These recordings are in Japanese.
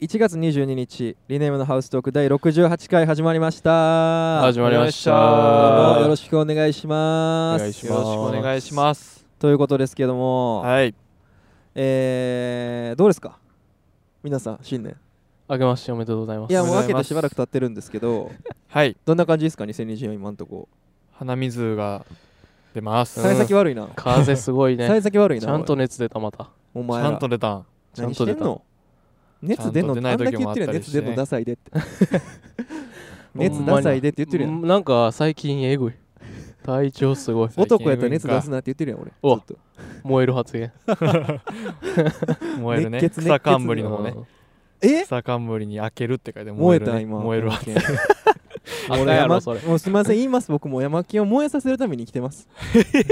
1月22日リネームのハウストーク第68回始まりました始まりましたどうもよろししくお願いしまおす願いしよまろすくお願いしますということですけども、はいえー、どうですか皆さん新年あけましておめでとうございますいやもう明明けけててししばばららくく経ってるんですけ どはいどんな感じですか2024今んとこ鼻水が出ます、幸先は悪いな風すごいね幸先悪いなちゃんと熱出たまたおち前らゃんと出たんちゃんと何し出てたんの熱出んのちゃあんと出ないんだけ時も言あっっるてたやりん熱して出ねんのダサいでって ほんまに熱ダサいでって言ってるやんんなんか最近えぐい体調すごいお男やったら熱出すなって言ってるやん俺おずっと燃える発言燃えるね熱血熱血草冠の方ねうんえ草冠に開けるって書いて燃燃ええる、たね、今燃えるわけ赤俺や山ろそれもうすみません言います僕も山木を燃えさせるために生きてます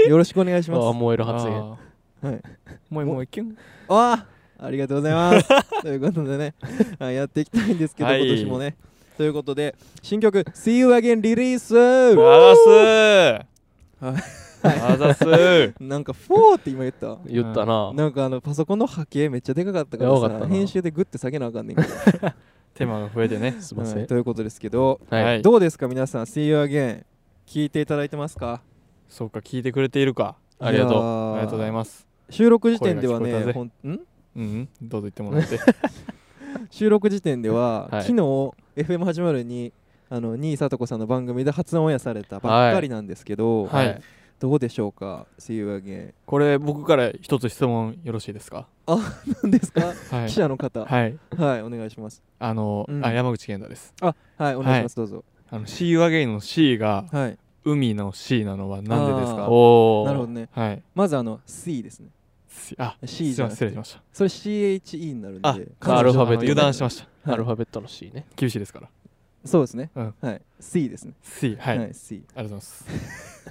よろしくお願いしあますーあ燃える発言あーはい燃え燃えキュンあーありがとうございます ということでねあやっていきたいんですけど、はい今年もねということで新曲「See You Again リリース」あざすはいあざすなんか「4」って今言った言ったななんかあのパソコンの波形めっちゃでかかったからやばかっさたな編集でグッて下げなあかんねんけど、手間が増えてねすいませはいんということですけどははいいどうですか皆さん「See You Again」聞いていただいてますかそうか聞いてくれているかありがとうありがとうございすます収録時点では声が聞こえたねぜほんんうんうんどうぞ言っても らって収録時点では、はい昨日 FM 始まるにあの新井聡子さんの番組で初オンエアされたばっかりなんですけど、はいどうでしょうか See you again これ僕から一つ質問よろしいですか何ですか、は記者の方 はい、はいお願いしますあの、うんあ山口健太ですあはいお願いします、どうぞあの See you again の C がはい海の C なのはなんでですあかーおおなるほどねはいまずあの C ですねすあ C すじゃいまなせんく失礼てしましたそれ CHE になるんであ彼女アルファベットあの油断しましたはいアルファベットの C ね厳しいですからそうですね、うんはい C ですね C はい、ありがと C うございます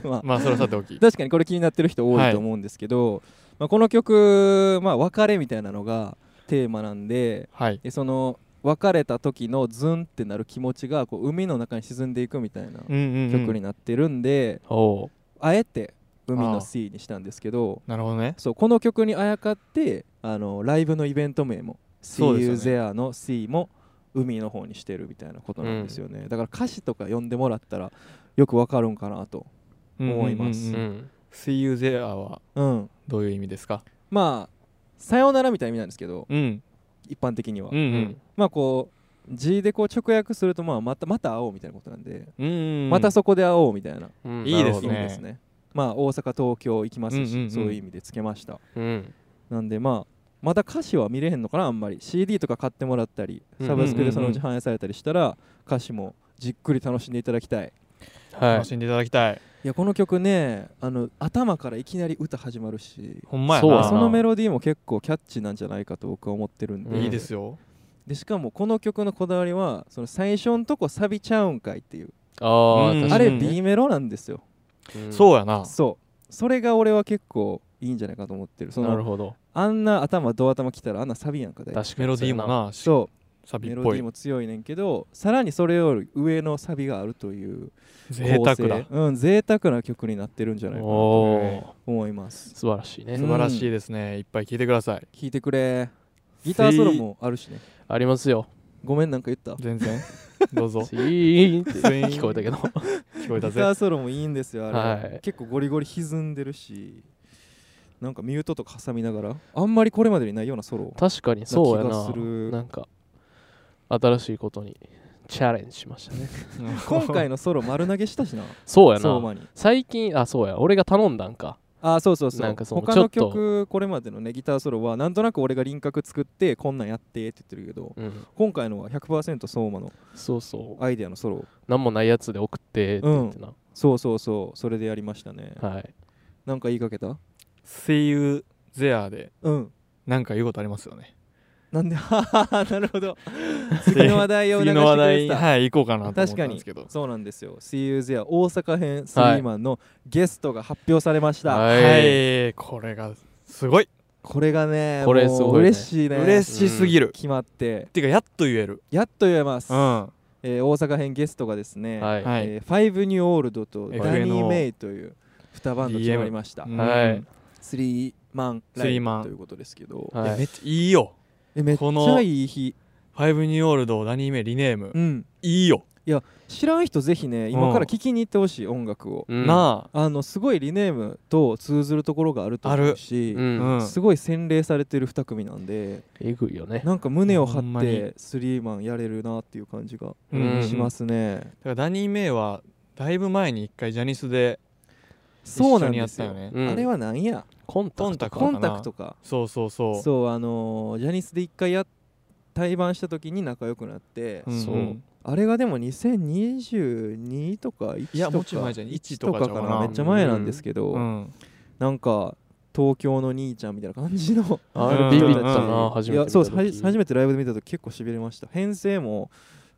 まあまあそれはさておき確かにこれ気になってる人多いと思うんですけど、まあ、この曲、まあ、別れみたいなのがテーマなんではいでその別れた時のズンってなる気持ちがこう海の中に沈んでいくみたいなうんうん、うん、曲になってるんで、おおあえて「海あのあ C」にしたんですけどなるほどねそうこの曲にあやかってあのライブのイベント名も「そう See です You よね There」の「C」も海の方にしてるみたいなことなんですよね、だから歌詞とか読んでもらったらよくわかるんかなと思いますううんうんうんん See you there はうんどういう意味ですかまあさようならみたいな意味なんですけどうん一般的には、うんううんんまあこう G でこう直訳するとまあまたまた会おうみたいなことなんで、うんうんまたそこで会おうみたいなうんいいです意味ねですねまあ大阪東京行きますし、うんうんうんそういう意味でつけましたうんなんでまあまた歌詞は見れへんのかなあんまり CD とか買ってもらったりうんサブスクでそのうち反映されたりしたら歌詞もじっくり楽しんでいただきたいは楽いしんでいただきたい、いやこの曲ねあの頭からいきなり歌始まるしほんまやそうやななそのメロディーも結構キャッチーなんじゃないかと僕は思ってるんで、うんいいですよ、でしかもこの曲のこだわりはその最初のとこサビちゃうんかいっていう、あうんああれね B メロなんですよ、そうやなそうそれが俺は結構いいんじゃないかと思ってるそなるのほどあんな頭ド頭きたらあんなサビやんかだい確かメにロディーもなしそサうビメっロデぽィーいも強いねんけどさらにそれより上のサビがあるという贅沢構だ成うん贅沢な曲になってるんじゃないかなおとお思います素晴らしいね、うん素晴らしいですね、いっぱい聞いてください聴いてくれギターソロもあるしねありますよごめんなんか言った 全然どうぞシーンってシーン聞こえたけど聞こえたギぜターソロもいいんですよあれ、はい結構ゴリゴリ歪んでるしなんかミュートとか挟みながらあんまりこれまでにないようなソ ロ確かにそうやな気がするななんか新しいことにチャレンジしましたね 今回のソロ丸投げしたしなそうや相な馬に最近あそうや俺が頼んだんかあそうそうそうなんかその他ちょのっと曲これまでのねギターソロはなんとなく俺が輪郭作ってこんなんやってって言ってるけどうん今回のは100%相馬のそうそうアイデアのソロ何もないやつで送ってって言ってな、そうそうそうそれでやりましたねはいなんか言いかけた See you there でうんなんか言うことありますよねなんで はははなるほ ど次の話題を促し次てのく話れて題たはい行こうかなと思っ確たかんでにすけどそうなんですよ See You There 大阪編スリーマンのゲストが発表されました、ははいこれがすごいこれがねこれもうすごいね嬉しいね嬉しすぎる決まっててかやっと言えるやっと言えます、うんえー大阪編ゲストがですね、はい、はいえーファイブニューオールドとダ FNO ニー・メイという2バンド決まりました、はいうんスリーマンラスイリーブマンということですけどはいいやめっちゃいいよえめっちこのゃいい日フファイブニューオールドダニーメリネームうん、いいよ知らん人ぜひね今から聴きに行ってほしい音楽を、うんなああのすごいリネームと通ずるところがあると思うしう、うんんすごい洗礼されてる2組なんでえぐいよねなんか胸を張ほんっまにてスリーマンやれるなっていう感じがうんしますね、だからダニー・メイはだいぶ前に一回ジャニスでそう一な緒んにやでっすたよよねうんあれはなんやコンタコクントタクトコかンなタクトかそうそうそうそうあのージャニスで一回や対バンした時に仲良くなって、んそうんあれがでも2022とか1とかいやもうちょい前じゃん1 1ととかかかじゃんなめっちゃ前なんですけど、うんなんか東京の兄ちゃんみたいな感じ のあうんれビビったうんな初いめて見やたそう時ですはじ初めてライブで見た時結構しびれました編成も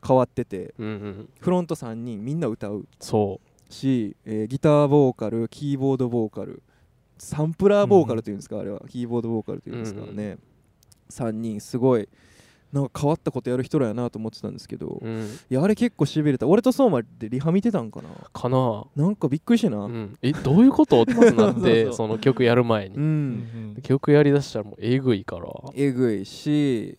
変わっててうんうんフロント3人みんな歌うそし、えーギターボーカルキーボードボーカルサンプラーボーカルというんですか、あれはキーボードボーカルというんですかうんね、3人すごいなんか変わったことやる人らやなと思ってたんですけど、ううんいやあれ結構しびれた俺と相馬でリハ見てたんかなかななんかびっくりしてなう、うんんえどういうことってなっ そうそうてその曲やる前にうん曲やりだしたらもうえぐいからえぐいし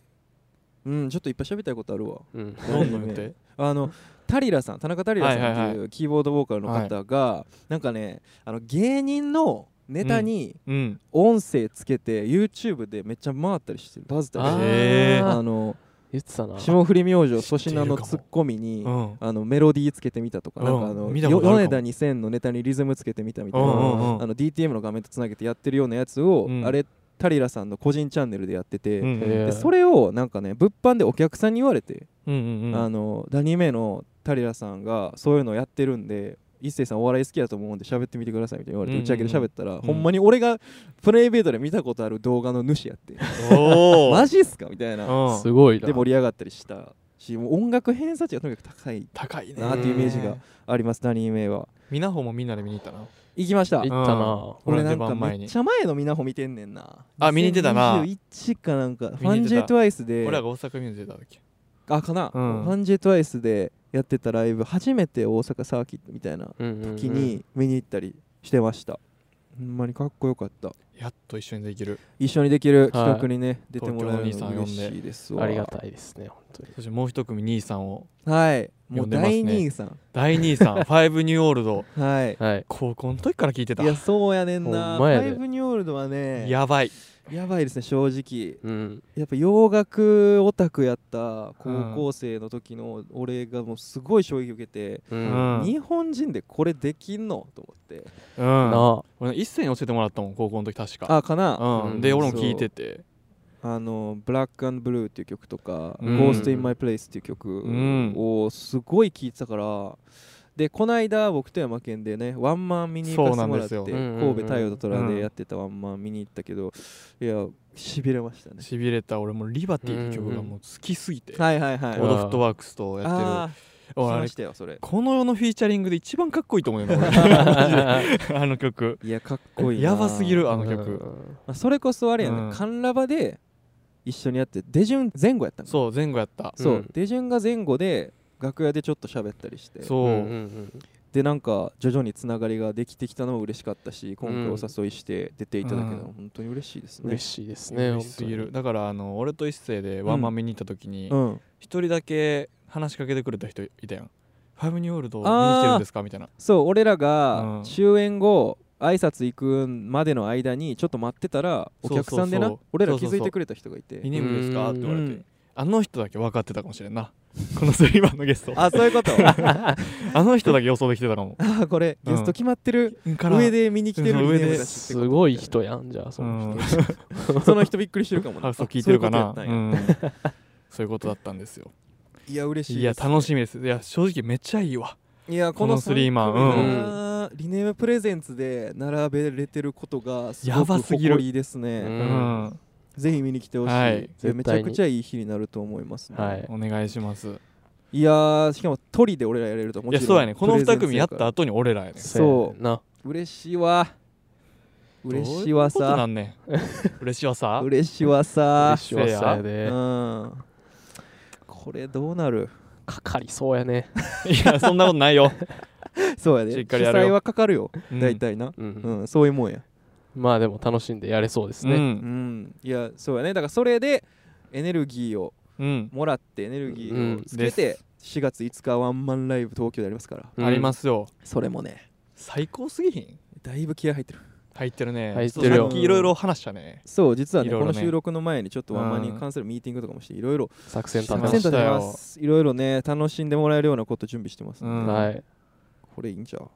うんちょっといっぱい喋りたいことあるわうんどんどん言ってあのタリラさん田中タリラさんってはいはいいうキーボードボーカルの方が、なんかねあの芸人のネタにうん音声つけて、YouTube でめっちゃ回ったりしてるバズったりしてるへーああの言ってたな霜降り明星粗知って品るかものツッコミに、うんあのメロディーつけてみたとか,、うんなんかあの見たことあるかもよ米田2000のネタにリズムつけてみたみたいな、うんうんうんあの DTM の画面とつなげてやってるようなやつを、うんあれタリラさんの個人チャンネルでやってて、うんえでそれをなんかね物販でお客さんに言われて、うんうんあのダニメのタリラさんがそういうのやってるんで一星さんお笑い好きやと思うんで喋ってみてくださいみたいに言われて、うんうん打ち上げで喋ったら、んほんまに俺がプライベートで見たことある動画の主やっておお マジっすかみたいなうんすごいなで盛り上がったりしたしもう音楽偏差値がとにかく高い高いねなっていうイメージがありますダニー・メイはみなほもみんなで見に行ったな行きました行ったな俺俺ななんんかかめ前っにちゃ前のみなほ見てんねんなあ見に行ってたな21かなんかファ見にン行ってジたェイトワイスで俺らが大阪見に出た時あかな、うんファンジェイトワイスでやってたライブ初めて大阪サーキットみたいな時時に見に行ったりしてました、ほんまにかっこよかったやっと一緒にできる一緒にできる企画にね、出てもらえる東京のお兄さん呼ん嬉でしいですわありがたいですね本当にそしてもう一組兄さんをはいも呼うんでますね大兄さん、大 兄さんファイブニューオールドはいはい高校の時から聞いてたいやそうやねんなほんまやフでァイブニューオールドはねやばいやばいですね正直うんやっぱ洋楽オタクやった高校生の時の俺がもうすごい衝撃受けて、ううんなな日本人でこれできんのと思って あ俺一斉に教えてもらったもん高校の時確かあかなううんんで俺も聞いててあの「ブラックブルー」っていう曲とか「うん Ghost in My Place」っていう曲うんをすごい聴いてたからでこの間僕と山県でねワンマン見に行かせてもらってそうなんですようんうんう神ん戸太陽と虎でやってたワンマン見に行ったけどいやしびれましたねしびれた俺もリバティって曲がもう好きすぎてオはいはいはい俺ードフットワークスとやっあてるあ俺あ来まれしたよそれこの世のフィーチャリングで一番かっこいいと思うよね俺マジ であの曲いやかっこいいなやばすぎるあの曲まあ、それこそあれやね、うんカンラバで一緒にやって出順前後やったのそう前後やったそう、うん出順が前後で楽屋でちょっと喋ったりしてうんうそうんでなんか徐々につながりができてきたのも嬉しかったし今回お誘いして出ていただけたのうん本当に嬉しいですね、嬉しいですね嬉しすぎるだからあの俺と一斉でワンマン見に行った時にうん、一人だけ話しかけてくれた人いたやん「ファイブニューオールド見に来てるんですか?」みたいなそう俺らうがん終演後挨拶行くまでの間にちょっと待ってたらお客さんでなそうそうそう俺ら気づいてくれた人がいて「リネームですか?」って言われて、うんあの人だけ分かってたかもしれんなこのスリーマンのゲストああそういうこと の人だけ予想できてたかもあこれゲスト決まってる、から上で見に来てるうリネーんム上だしでってすことごい人やんじゃあそうんの その人びっくりしてるかもなあ そう聞いてるかなあそうういうことやったんやんそういうことだったんですよいや嬉しいいやし楽しみですいや正直めっちゃいいわいやここののスリーマン三組がリネームプレゼンツで並べれてることがすごやくばすぎる誇りですうねうんん、ぜひ見に来てほしいはいいやめ絶ちゃ対にくちゃいい日になると思いますねはいお願いしますいやーしかもトリで俺らやれるともいちやろんそうやねこのプレゼ2ンツ組やった後に俺らやねそううな嬉しいわ嬉しいわどういうことなさんねん嬉しいわさ嬉しいわさ嬉しいわさやうでんこれどうなるかかりそうやね いやそんなことないよ、そうやでしっ主かりやるよ催はかかるようん大体なううんんそういうもんやまあでも楽しんでやれそうですうねうんん、いやそうやねだからそれでエネルギーをうん、もらってエネルギーをつけうんてで4月5日ワンマンライブ東京でありますからうんありますよそれもね最高すぎひんだいぶ気合入ってる入ってるね入ってるよさっきいろいろ話したねそう実はねいろいころのね収録の前にちょっとワンマンに関するミーティングとかもしていろいろ作戦立て作ま戦し立てましたよますいろいろね楽しんでもらえるようなこと準備してますんで、うた。んはい。これいいんちゃう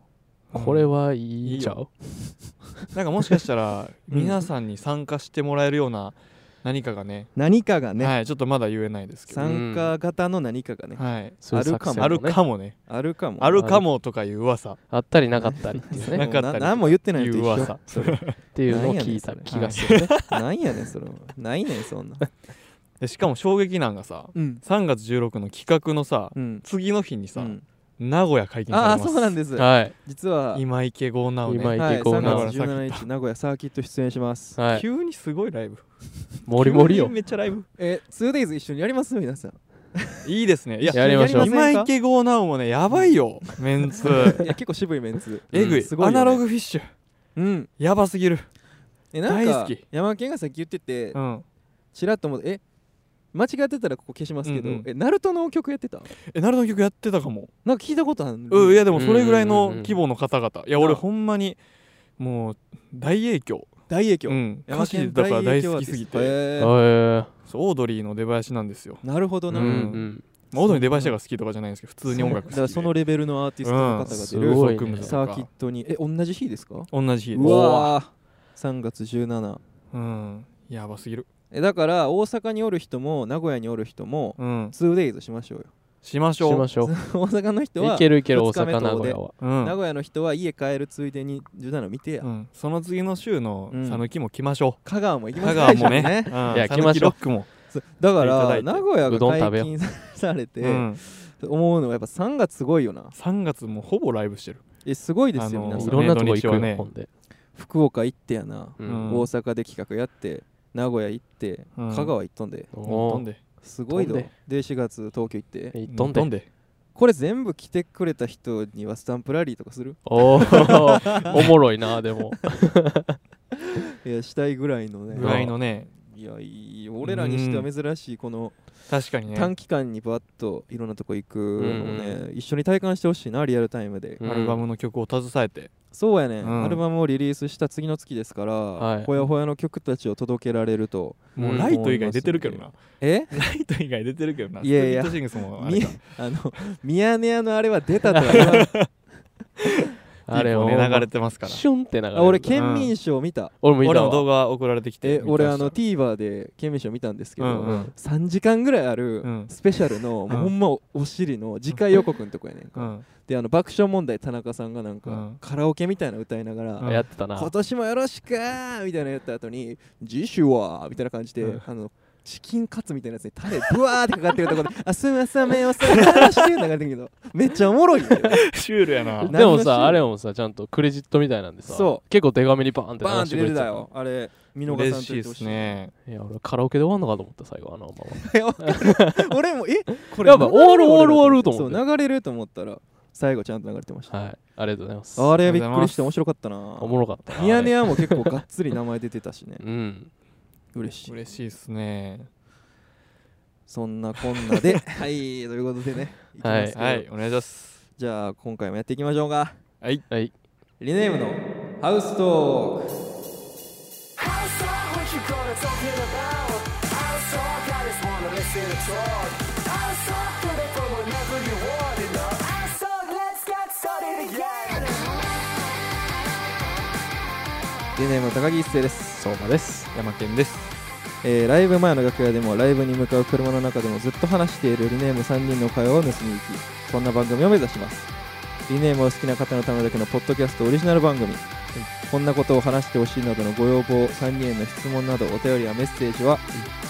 これはいいんちゃうなんかもしかしたらうん皆さんに参加してもらえるような何かがね何かがね、はいちょっとまだ言えないですけど参加型の何かがね、はいそういう作戦もねあるかもねあるかもあるかもとかいう噂あったりなかったりっていうもうね。なかったりとか何も言ってないのという一緒噂それっていうのを聞いた気がするね。なんやねんそれはないねんそんなでしかも衝撃なんがさうん3月16の企画のさうん次の日にうさん名古屋解禁あさあれまそうすなんですはい。実は今池ゴーナウ今ね池はい、行こう3な月17日名 古屋サーキット出演します、はい。急にすごいライブもりもり急よに。めっちゃライブ え 2days 一緒にやります皆さんいいですねいややりましょうやりませ今んか池ゴーナウもねやばいよメンツいや結構渋いメンツえぐうんいすごいよアねナログフィッシュうんやばすぎるえなん大か好き山県がさっき言っててうんちらっと思ってえ間違ってたらここ消しますけど、うんうんえナルトの曲やってたえナルトの曲やってたかもなんか聞いたことあるのうんいやでもうんそれぐらいの規模の方々いやな俺あほんまにもう大影響大影響、うん歌山詞県だから大好きすぎ大影てへ響アーティストへーそうオードリーの出囃子なんですよーなるほどうんな、うん。まあオードリーの出囃子が好きとかじゃないんですけど普通に音楽だ好かきらでそのレベルのアーティストの方が出うんるす、ごいね組むとサーキッかトにえ同じ日ですか同じ日ですうわー3月17うんやばすぎるえだから大阪におる人も名古屋におる人もうん 2days しましょうよ しまししょうましょう。大阪の人いはけるいける、二大日目と阪、名古屋は。うん名古屋の人は家帰るついでに17見てや、うんその次の週のうん讃岐も来ましょ香川も行きうま香す川もね一緒にうんいや来ましょう讃岐ロックも そうだかいただらいて名古屋うどんが食べ解よう禁されて、 うん思うのはやっぱ3月すごいよな3月もほぼライブしてるえすごいですよあ皆のーさいんろんなとこ行く土日はよ、ねほんで。福岡行ってやな、ううんん大阪で企画やって名古屋行って、うん香川行っとんで飛おんーですごいど飛んでで4月東京行って行っとん飛でん。でこれ全部来てくれた人にはスタンプラリーとかするおー おもろいな、でも。いやしたいぐらいのねぐらいのねいやいい俺らにしては珍しいこの確かにね短期間にバッといろんなとこ行くのをね、う一緒に体感してほしいなリアルタイムで、うんアルバムの曲を携えてそうやね、うんアルバムをリリースした次の月ですから、はいほやほやの曲たちを届けられるともうんうライト以外出てるけどなえライト以外出てるけどなスいプリやいやットシングスもあれみかあのミヤネ屋のあれは出たと は言わんあれを、ティープもね流れてますからシュンって流れる。あ俺県民賞見た、俺もい俺たの動わ。画送られてきてえ見て俺まあしたの TVer で県民賞見たんですけど、うんうん3時間ぐらいあうるんスペシャルの、もうほんまお尻の次回予告のとこやねんか、うんであの爆笑問題田中さんがなんか、うんカラオケみたいなの歌いながら、うんやってたな。今年もよろしくーみたいなのやった後に次週はみたいな感じで、うんあのチキンカツみたいなやつにタレブワーってかかってるところであすみませんめよさ話してる流れてるけどめっちゃおもろいんだよねシュールやなでも何のシーンさ、あれもさ、ちゃんとクレジットみたいなんでさ、そ結構手紙にバーンって流バーンっしててく出れててたたよあれ見逃さ嬉んしいといでてほしすいねいや、俺カラオケで終わんのかと思った、最後、あのまま。いやわかる 俺もえこれやばい流れる終わる終わる終わると思ってそう流れると思ったら最後ちゃんと流れてま した、はい、ありがとうございます。あれびっくりして面白かったなおもろかったな。ミヤネあ屋も結構がっつり名前出てたしねれうん。嬉しい嬉しいですねそんなこんなではいということでねいきますけどはいお願いしますじゃあ今回もやっていきましょうかはいはい。リネームのハウストー I ク saw what you gonna talking about. I saw guys wanna listen to talk. I saw put up for whenever you want it. I saw let's get started again. リネームの高木一生です、相馬です。山県ですえーライブ前の楽屋でもライブに向かう車の中でもずっと話しているリネーム3人の会話を盗み行きそんな番組を目指しますリネームを好きな方のためだけのポッドキャストオリジナル番組、こんなことを話してほしいなどのご要望3人への質問などお便りやメッセージは、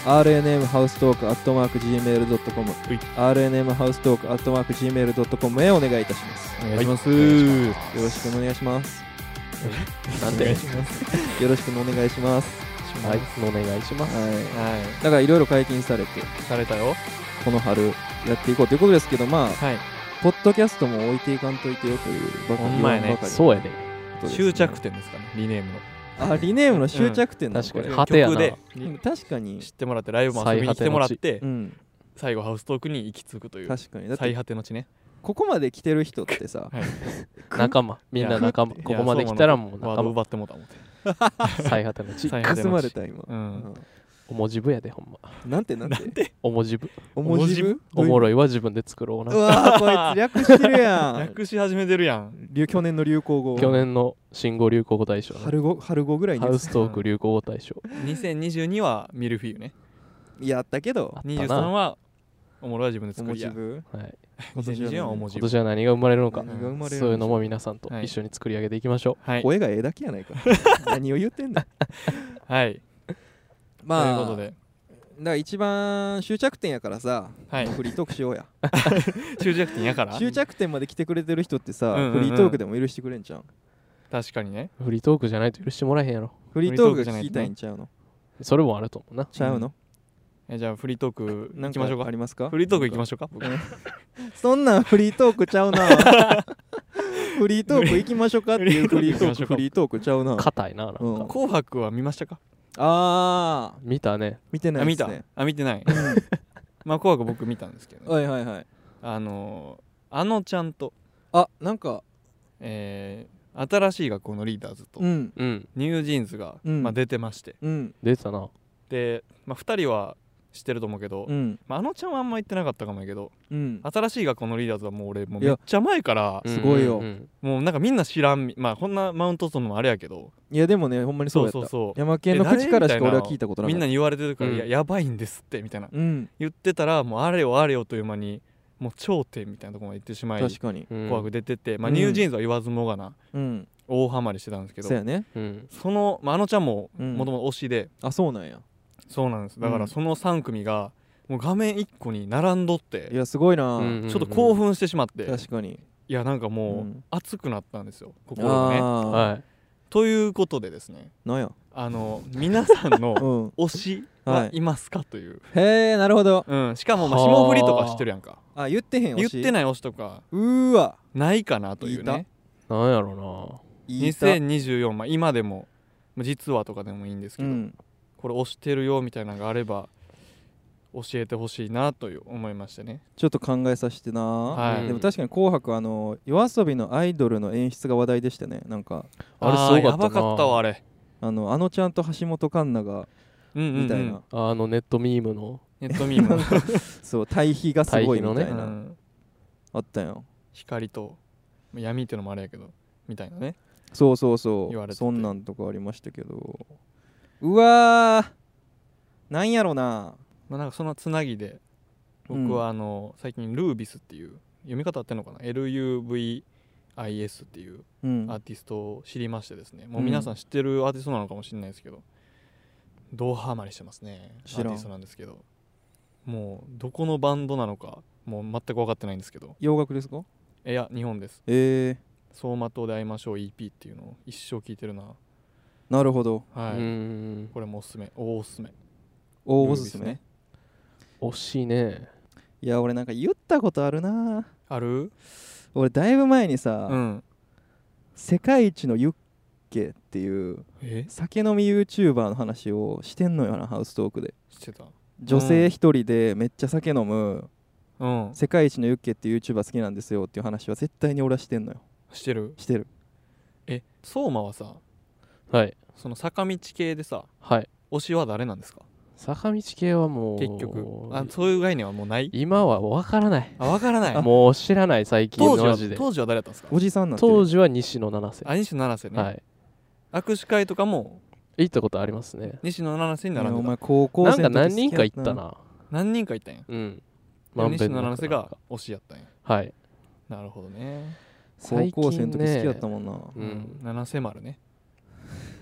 rnm ハウストークアットマーク gmail.com はい rnm ハウストークアットマーク gmail.com へお願いいたしますお願いしますよろしくお願いしますなんで、よろしくお願いします。はい、お願いします。は。はいだからいろいろ解禁されて、いされたよこの春やっていこうということですけど、まあ、はいポッドキャストも置いていかんといてよというばかほりんまやね言わばかりそうやね。のことですね終着点ですかねリネームのあ、リネームの終着点なの確かに。こ果てやな曲でれうん確かに知。ってもらってライブも遊びに来てもらってうん。最後ハウストークに行き着くという確かにだっ最て果ての地ねここまで来てる人ってさ、はいく仲間みんな仲間いやここまで来たらもうワー仲ド間奪ってもうた思って最果ての地最果くてすのま地れた今、ううんおもじぶやでほんまんなんてなんておもじぶおもじぶおもろろいは自分で作ろうなうわーこいつ略してるやん 略し始めてるや ん流去年の流行語去年の新語・流行語大賞ね春語春語ぐらいにハウストーク流行語大賞2022はミルフィーユねやったけどあった23な、はおもろは自分でお作もりじやぶはい、 2020はおもじ今ぶ年は何が生まれるのか何が生まれるそういうのも皆さんとはい一緒に作り上げていきましょはい声がええだけやない か何を言ってんだはいといまうあことでだから一番終着点やからさ、はいフリートークしようや終着点やから終着点まで来てくれてる人ってさ、うんうんうんフリートークでも許してくれんちゃう確かにねうフリートークじゃないと許してもらえへんやろフリートークが聞きたいんちゃうの、それもあると思うなちゃうの、えじゃあフリートークな行んきましょうかあかりますかフリートーク行きましょうか僕 そんなんフリートークちゃう なフリートーク行きましょうかっていうフフリリーートトーーククフリートークちゃうな硬いななんか、うん紅白は見ましたかあー見たね見てなあい見ですたねあ見て ないまあ紅白僕見たんですけどねはいはいはいあのーあのちゃんとあなんかえー新しい学校のリーダーズとうんうんニュージーンズがうんまあ出てましてうん出てたなでまあ2人は知ってると思うけどうんまああのちゃんはあんま言ってなかったかもやけどうん新しい学校のリーダーズはもう俺もういやめっちゃ前からすごいようんうんもうなんかみんな知らんみまあこんなマウント取るのもあれやけどいやでもねほんまにそうやったそうそうそう山県の口からしか俺は聞いたことなみんかなったに言われてるから「いやうんやばいんですって」みたいなうん言ってたらもうあれよあれよという間にもう頂点みたいなところまで行ってしまい確かにうん紅白出てて、まあ、うんニュージーンズは言わずもがなうん大ハマりしてたんですけど、そうやねうんその、まあ、あのちゃんもうんもともと推しで、あそうなんやそうなんですだかうんらその3組がもう画面1個に並んどっいてやすごいな、うんちょっと興奮してしまって、い確かにやなんかもううん熱くなったんですよ心がね。ああ、はということでですねなんやあの皆さんうのん推しははいいますかという、へえなるほどうん、しかもまあはあ霜降りとかしてるやんかあ言ってへんよ言っていない推しとかうーわないかなという言いねいなんやろ言いた2024、まあ、今でもまあ実はとかでもいいんですけうど、んこれ押してるよみたいなのがあれば教えてほしいなという思いましてねちょっと考えさせてな、はいでも確かに「紅白」あの夜遊びのアイドルの演出が話題でしたねなんかあれーすごかったなやばかったわあれあのあのちゃんと橋本環奈がうんうんうんみたいな、なあのネットミームのネットミ ームの、そう対比がすごいみた対い比な、ううんんあったよ光とまあ闇っていうのもあれやけどみたいなねそうそうそ言われうててそんなんとかありましたけどうわーなんやろなまあなんかそのつなぎでうん僕はあの、最近ルービスっていう読み方合ってんのかな LUVIS っていううんアーティストを知りましてですね、もう皆さん知ってるアーティストなのかもしれないですけど、ドハマりしてますねア知ーらテんィストなんですけどもうどこのバンドなのかもう全く分かってないんですけど洋楽ですかいや日本ですえ「走馬灯で会いましょう EP」っていうのを一生聴いてるなー、なるほどうはい、んこれもおすすめおおすすめおおすすめ、ルービスね惜しいねいや俺なんか言ったことあるなある俺だいぶ前にさ、うん世界一のユッケっていうえ酒飲み YouTuber の話をしてんのよなハウストークでしてた女性一人でめっちゃ酒飲む、うん世界一のユッケっていう YouTuber 好きなんですよっていう話は絶対に俺はしてんのよしてるしてるえ相馬はさはいその坂道系でさはい推しは誰なんですか坂道系はもう結局あそういう概念はもうない今は分からないあ分からないもう知らない最近当時マはジで当時は誰だったんですかおじさんなんてる当時は西野七瀬あ西野七瀬ね、はい握手会とかもい行ったことありますね西野七瀬に並いやおんで前た高校なん生かの時何人か行好ったきやな何人かいたんやうんでも西の野七瀬なんがか推しやったんやはいなるほどね、高校生の時最近ね好きやったもんな、うんうん、七瀬丸ね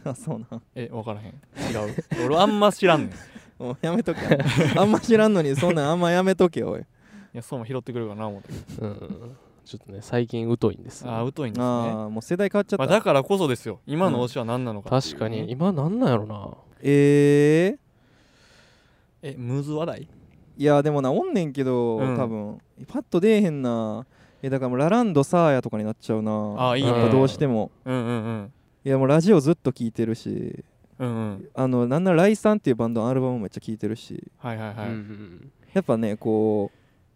あそうなんえ分からへん違う俺あんま知らんねんいお前やめとけあんま知らんのにそんなんあんまやめとけおいやそうも拾ってくるかな思ってうんちょっとね最近疎いんですよああ疎いんですねああもう世代変わっちゃった、まあ、だからこそですよ今の推しは何なのかってい確うかに今なんなんやろなえええムズ話題ー、いやでもなおんねんけど、うん多分パッと出えへんなえだからもうラランドサーヤとかになっちゃうなあいいねやっぱどうしてもうんうんうんいやもうラジオずっと聴いてるしうんうんあのなんなら「ライさん」っていうバンドのアルバムもめっちゃ聴いてるしはいはいはい、うんやっぱねこ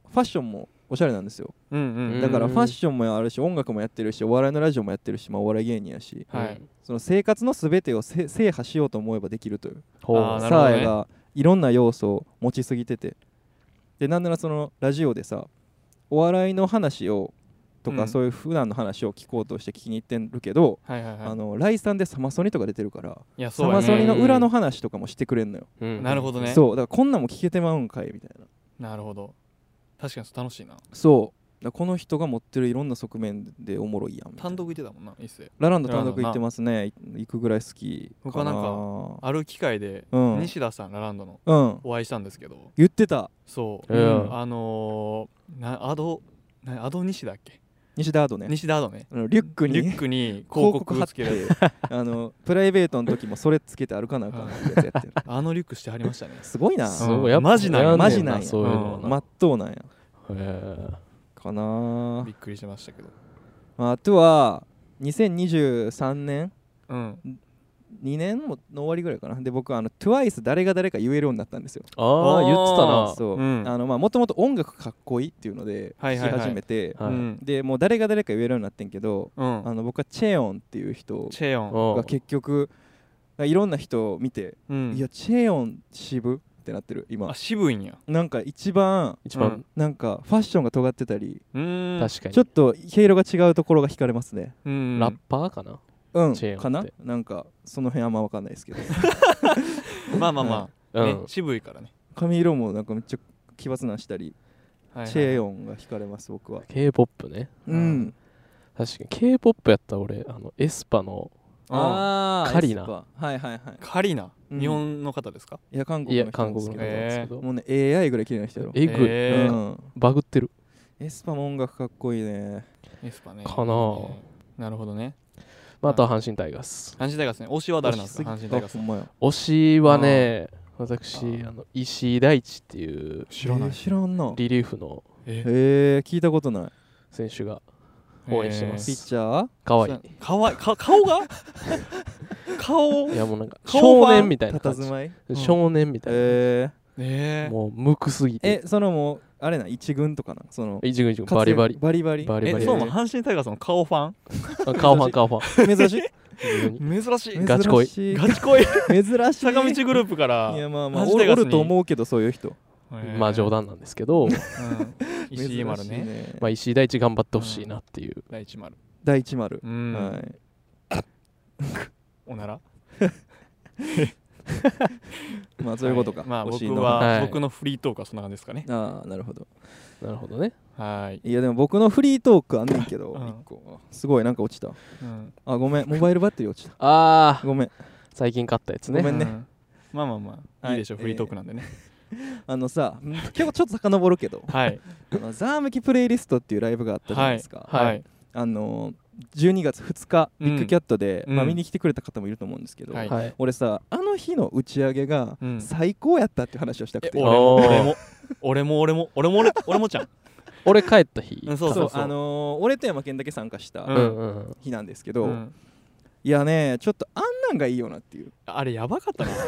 うファッションもおしゃれなんですようんうんだからうんファッションもあるし音楽もやってるしお笑いのラジオもやってるし、まあ、お笑い芸人やしはい。その生活の全てをせ制覇しようと思えばできるというほう。あーなるほサどーねヤがいろんな要素を持ちすぎててでなんならそのラジオでさお笑いの話をとか、うんそういう普段の話を聞こうとして聞きに行ってるけど、はいはいあはのライさんでサマソニとか出てるから、い。いや、サそうマやソそニれね。の裏の話とかもしてくれんのよ、うんなるほどね。そうだからこんなんも聞けてまうんかいみたいななるほど。確かにそう楽しいな。そうだからこの人が持ってるいろんな側面でおもろいやんみたいな単独行ってたもんな、一斉。ラランド単独行ってますねい行くぐらい好きか僕はななんかある機会で、うん西田さん、ラランドのうんお会いしたんですけど、言ってたそう。うんうんあのー、なアド、なアド西だっけ西田アドね西田アドね。あのリュックにリュックに広告をつける。 広告貼ってあのプライベートの時もそれつけて歩かなあかんって やつやってるあのリュックしてはりましたね。すごいなすうごい。やっぱマジなんややんねんマジなんやそういうのはな。まっとうなんやへかなびっくりしましたけど。まああとは2023年うん。 2年もの終わりぐらいかなで僕あの TWICE 誰が誰か言えるようになったんですよーああ、言ってたなあ。そう、うんあのまあもともと音楽かっこいいっていうのでは聞いきはいはい始めて、はいううんん。でもう誰が誰か言えるようになってんけど、うんあの僕はチェヨンっていう人チェヨン。が結局いろんな人を見て、うんいやチェヨン渋ってなってる今あ、渋いんや。なんか一番一番、なんかファッションが尖ってたり、うーん。確かに。ちょっと毛色が違うところが惹かれますねうん。ラッパーかな。うんチェヨンってかななんかその辺あんま分かんないですけどまあまあまうあ、ねん。渋いからね。髪色もなんかめっちゃ奇抜なんしたり、はいはいチェヨンが惹かれます僕は K-POP ね。ううんん確かに K-POP やったら俺、あの、エスパの、ああーカリナエスパはいはいはいーカリナ、うん日本の方ですかいや韓い国の人や、な韓んで国すのけ方どなんですけど、もうね AI ぐらい綺麗な人やろえぐい、えーうんバグってる。エスパも音楽かっこいいねエスパね。かなぁなるほどね。まあ、あとは阪神タイガース。阪神大学ですね。推しは誰なんですか押阪しす神ぎた大学あほんまや推しはね、私、あの石井大地っていう知らなえいー。知らんなリリーフのえへえ聞いたことない選手が応援してまピすッチャー可愛いそうかわいい。か顔が顔い。いや、もうなん か顔少ファン年みたいな感じ佇。まいん少年みたいな。えねえ。もう無くすぎえて。そのもうあれな一軍とかなその一軍一軍、バリバリ。バリバリバリバえ、リ。そうなの阪神タイガースの顔ファンあ顔ファン、顔フ ァ 珍しいン。非常に珍しい。ガチ恋珍しいガチ恋。珍しい坂道グループからい。やまあまあマおジおでガスにると思うけどそういう人へえまあ冗。談なんですけど、うん石井丸珍しいね。まあ石井大地頑張ってほしいなっていう。第一丸。第一丸うはん。いおならまあそういうことかはまあ推僕しのはいは、僕のフリートークはそんな感じですかね。ああなるほどなるほどね。はい。いやでも僕のフリートークあんねんけどうん一個すごいなんか落ちたうんあごめんモバイルバッテリー落ちたああ、ごめん最近買ったやつごめね。んねうんまあまあまあ、はいいいでしょう、フリートークなんでね。あのさん結構ちょっと遡るけ どはい。あのザームキプレイリストっていうライブがあったじゃないですか、はい。あの12月2日ビッグキャットで、うんまあ、うん見に来てくれた方もいると思うんですけど、はいはい。俺さあの日の打ち上げがうん最高やったっていう話をしたくえて、俺おもあー俺も俺も俺も俺も俺俺もちゃん。俺帰った日。うんそうそうそうそうあのー俺と山健だけ参加したううんうん。日なんですけど、うんいやねちょっとあんなんがいいよなっていうあれやばかった な。ちょ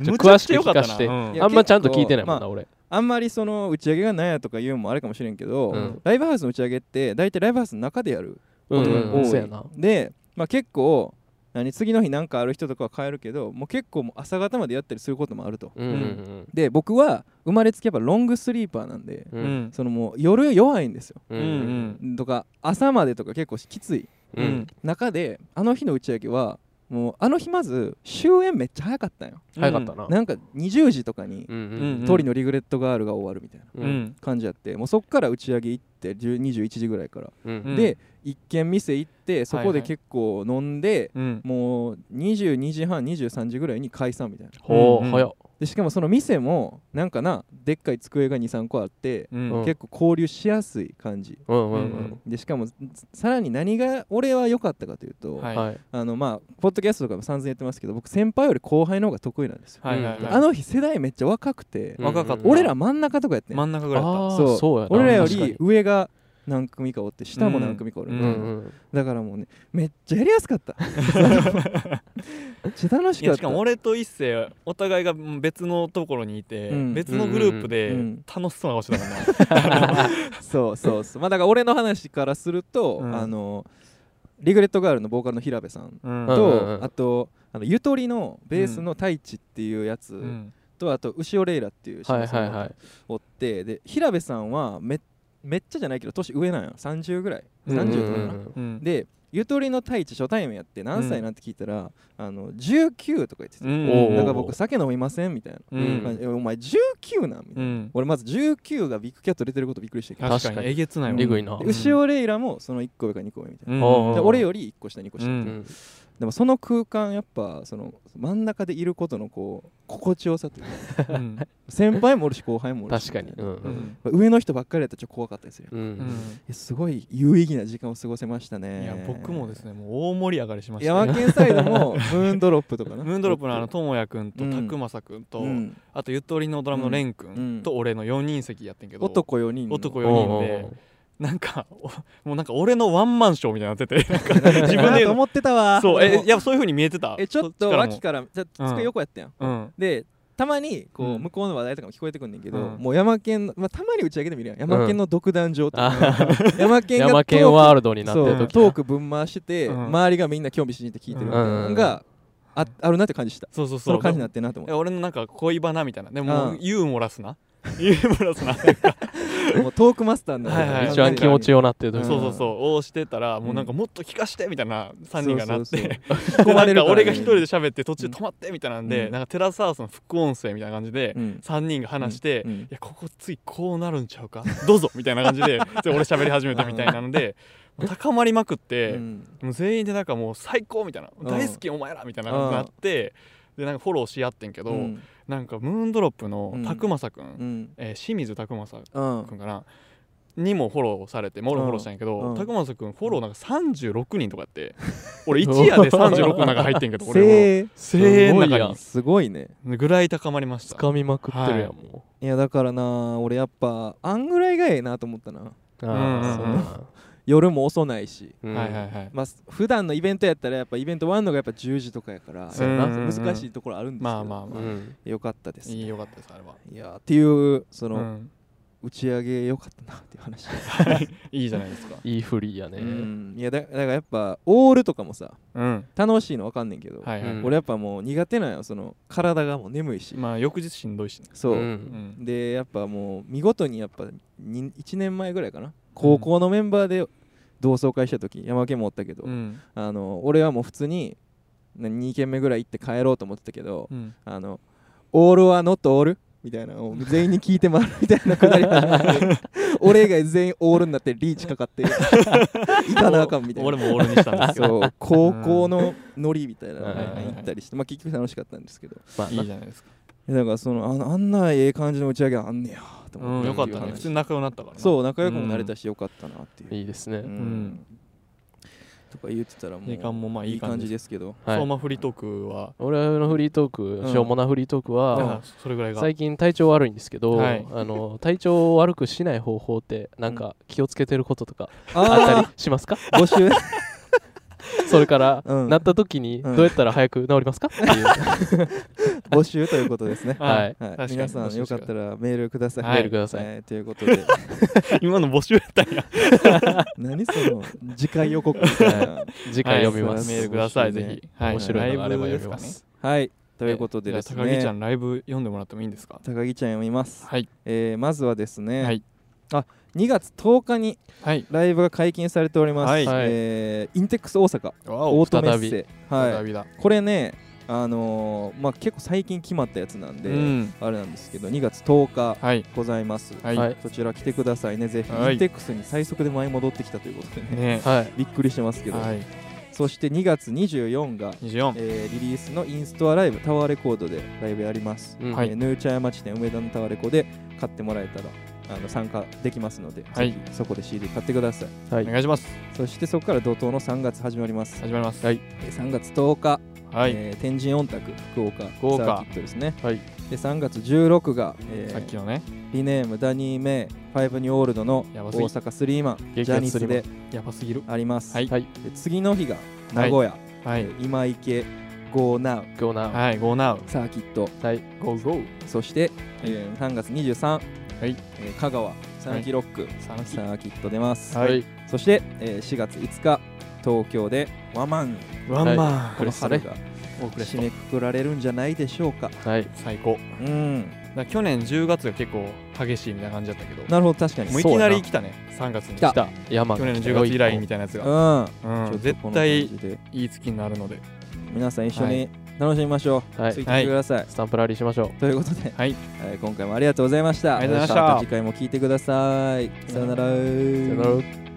むちゃくちゃ詳しく良聞かったかなせてうんいやあんまちゃんと聞いてないもん結な、俺。あんまりその打ち上げがなんやとか言うのもあれかもしれんけど、うんライブハウスの打ち上げって大体ライブハウスの中でやるうんことがうん多い、うん。そうやな。で、まあ、結構何次の日なんかある人とかは帰るけどもう結構もう朝方までやったりすることもあるとうんうんで僕は生まれつきやっぱロングスリーパーなんで、う。うんんそのもう夜弱いんですよううんんううんんとか朝までとか結構きついうん。中であの日の打ち上げはもうあの日まず終演めっちゃ早かったんよ早かったな。なんか20時とかにうん「うん通りのリグレットガール」が終わるみたいなううんん感じやってもうそっから打ち上げ行って10 21時ぐらいから、うん。で一軒店行ってそこで結構飲んで、うんもう22時半23時ぐらいに解散みたいなほうう、ん早っ。でしかもその店もなんかなでっかい机が23個あって、うんうん結構交流しやすい感じうんうんでしかもさらに何が俺は良かったかというと、うはん。いはい。あのまあポッドキャストとかも散々言ってますけど僕先輩より後輩の方が得意なんですよ、はいはいはい。あの日世代めっちゃ若くて、うんうん若かった俺ら真ん中とかやってん、真ん中ぐらいだっああ、そうそうやな。俺らよ確かりに上が何組かおって下も何組かおる、うんうんうんだからもうねめっちゃやりやすかった めっちゃ楽いしかやっしたかも俺と一星お互いがうん別のところにいて、うん別のグループでうん楽しそうな顔してたからね、そうそうそうまあだから俺の話からすると、うんあのリグレットガールのボーカルの平部さんうんと、うんうんうんあとあのゆとりのベースの太一っていうやつうんと、あと牛尾レイラっていうシンガはいーソングはいライターはいおってで平部さんはめめっちゃじゃないけど年上なんや30ぐらいうん30うとかかな、んうんでゆとりの太一初対面やって何歳なんて聞いたら、あの19とか言ってて、うんおうだから僕酒飲みませんみたいな、ううんえお前19なんみたいな、うん俺まず19がビッグキャット出てることびっくりしてる確か確かににえげつないもんリグイなでうん牛尾レイラもその1個上か2個上みたいな、うんおうでおう俺より1個下2個下、ううんんでもその空間やっぱその真ん中でいることのこう心地よさっていうかうん先輩もおるし後輩もおるし確かにみたういなんうん上の人ばっかりだとちょっと怖かったですよううんんいやすごい有意義な時間を過ごせましたねいや僕もですねもう大盛り上がりしました山ね県サイドもムーンドロップとかな ムーンドロップのあの智也君と拓正君と、うんあとゆとりのドラムの蓮うんう君んと俺の4人席やってんけど、男4人の男う四人でんなんか おもうなんか俺のワンマンショーみたいになっててなんか 自分あーでと言うの思ってたわ そう俺えもいやそういう風に見えてたえちょっそとちらも脇からじゃうん机横やったやんうんでたまにこううん向こうの話題とかも聞こえてくんねんけど、うんもう山県の、まあ、たまに打ち上げてみるやん山県の独壇場とか、あ 山県が山トー県クワールドになってそうると時きトークぶん回してて、うん周りがみんな興味津々って聞いてるみたいなのが、ああるなって感じしたそうそうそそうの感じになってんなと思えっ俺のなんか恋バナみたいなでもうんユーモラスな ユーモラスななんかてもうトークマスターになはいはいる一番気持ちようなってるそう時んそうそうをしてたらもうなんかもっと聞かしてみたいな3人がなっそうそうてそうで困なれんるからね俺が一人で喋って途中止まってみたいなんで、うんなんかテラスハウスの副音声みたいな感じでうん3人が話して、うんうんいやここついこうなるんちゃうか どうぞみたいな感じ でで俺喋り始めたみたいなのでもう高まりまくって、うんもう全員でなんかもう最高みたいな、ん大好きお前らみたいなのになって、でなんかフォローし合ってんけど、うんなんかムーンドロップのたくまさくん、うんえー清水たくまさうんくんかなにもフォローされてもう俺もフォローしたんやけうんうどんたくまさくんフォローなんか36人とかやって俺一夜で36個なんか入ってんけど俺も。 せー声援のすごい中やんにすごいねぐらい高まりました掴みまくってるやんもいやだからな俺やっぱあんぐらいがええなと思ったなううんうんうんあ夜も遅ないしあはいはいはいまあ普段のイベントやったらやっぱイベント終わんのがやっぱ10時とかやからそうやな難しいところあるんですけどまあまあまあ、うんよかったですいいよかったですあれは、いやーっていうそうのん、打ち上げよかったなっていう話いいじゃないですかいいフリーやねうんいやだだからやっぱオールとかもさうん楽しいのわかんねんけどはいはい、うん俺やっぱもう苦手なんよその体がもう眠いしまあ翌日しんどいしねそううんうんんでやっぱもう見事にやっぱに1年前ぐらいかな高校のメンバーで同窓会した時山分もおったけどうんあの俺はもう普通に2軒目ぐらい行って帰ろうと思ってたけどうんあのオールはノットオールみたいなのを全員に聞いて回るみたいなくだり始ま って俺以外全員オールになってリーチかかって行かなあかんみたいな俺も俺にしたんですけどそう高校のノリみたいなのはいはいはいに行ったりしてまあ結局楽しかったんですけどまあいいなじゃないですか、だからそのあのあんなええ感じの打ち上げあんねやとう思っん、てよかったね話普通に仲良くなったからねそう仲良くもなれたしよかったなっていういいですうねんとか言ってたらもう時間もまあいいいい感感じじでですけどはい相馬フリートークは俺のフリートーうクんしょうもなフリートークあはあそれぐらいが最近体調悪いんですけど、はいあの体調を悪くしない方法ってなんか気をつけてることとかあったありします かあ募集それから、 うんなった時にうどんうやったら早く治りますかっていう、募集ということですねははいい、はかい、に皆さ募ん集よしてかったらメールください。はいメールくださいえーということで、 今の募集やったんや何その次回予告みたい な。次回読みます、はいメールくださいぜひ、はい面白いのがあればライブ読みまですすはい、とかねいうことでですじね、ゃあ高木ちゃんライブ読んでもらってもいいんですか高木ちゃん読みます。はいえーまずはですね、はいあ2月10日にはいライブが解禁されております。はいえーインテックス大阪、わオおートメッ再セ。は再びだい、これね、あのーまあ、結構最近決まったやつなんで、うんあれなんですけど、2月10日はいございます。はい、はいそちら来てくださいね、ぜひ。はいインテックスに最速で舞い戻ってきたということで ね。ねはいびっくりしてますけど、はいそして2月24が、 24、えーリリースのインストアライブタワーレコードでライブやります、うんはいえーヌーチャー山地店梅田のタワーレコで買ってもらえたらあの参加できますので、はいぜひそこで CD 買ってくださいはいお願いしますそしてそこから怒涛の3月始まります、始まりますはいえー3月10日、はい、えー天神音卓福岡福岡サーキットですね、はいで3月16が、えーさっきのねリネームダニー・メイファイブ・ニュー・オールドのや大ばすぎ阪スリーマンジ激ャニアーツズでやばすぎるあります、はいはい。で次の日が名古屋、はいえー今池 GO NOW 今日な。はい Go now サーキットはい。 Go go そして、えー3月23、はいえー香川サーキロック、さぬきサーキット出ます、はいはい。そして、えー4月5日東京でワマンワンマンこの春がオークレス締トめくくられるんじゃないでしょうかはい。最高うんだから去年10月が結構激しいみたいな感じだったけどなるほど確かにもういそうきやななり来たね3月に来た来た。山去が年来のた10よ月以来みたいなやつが、うんうんちょっと絶この感対じでいい月になるので皆さん一緒に楽しみましょう、はいついてきてください、スタンプラリーしましょう。ということで、はいえー今回もありがとうございましたありがとうございました次回も聞いてくださいさよならさよなら。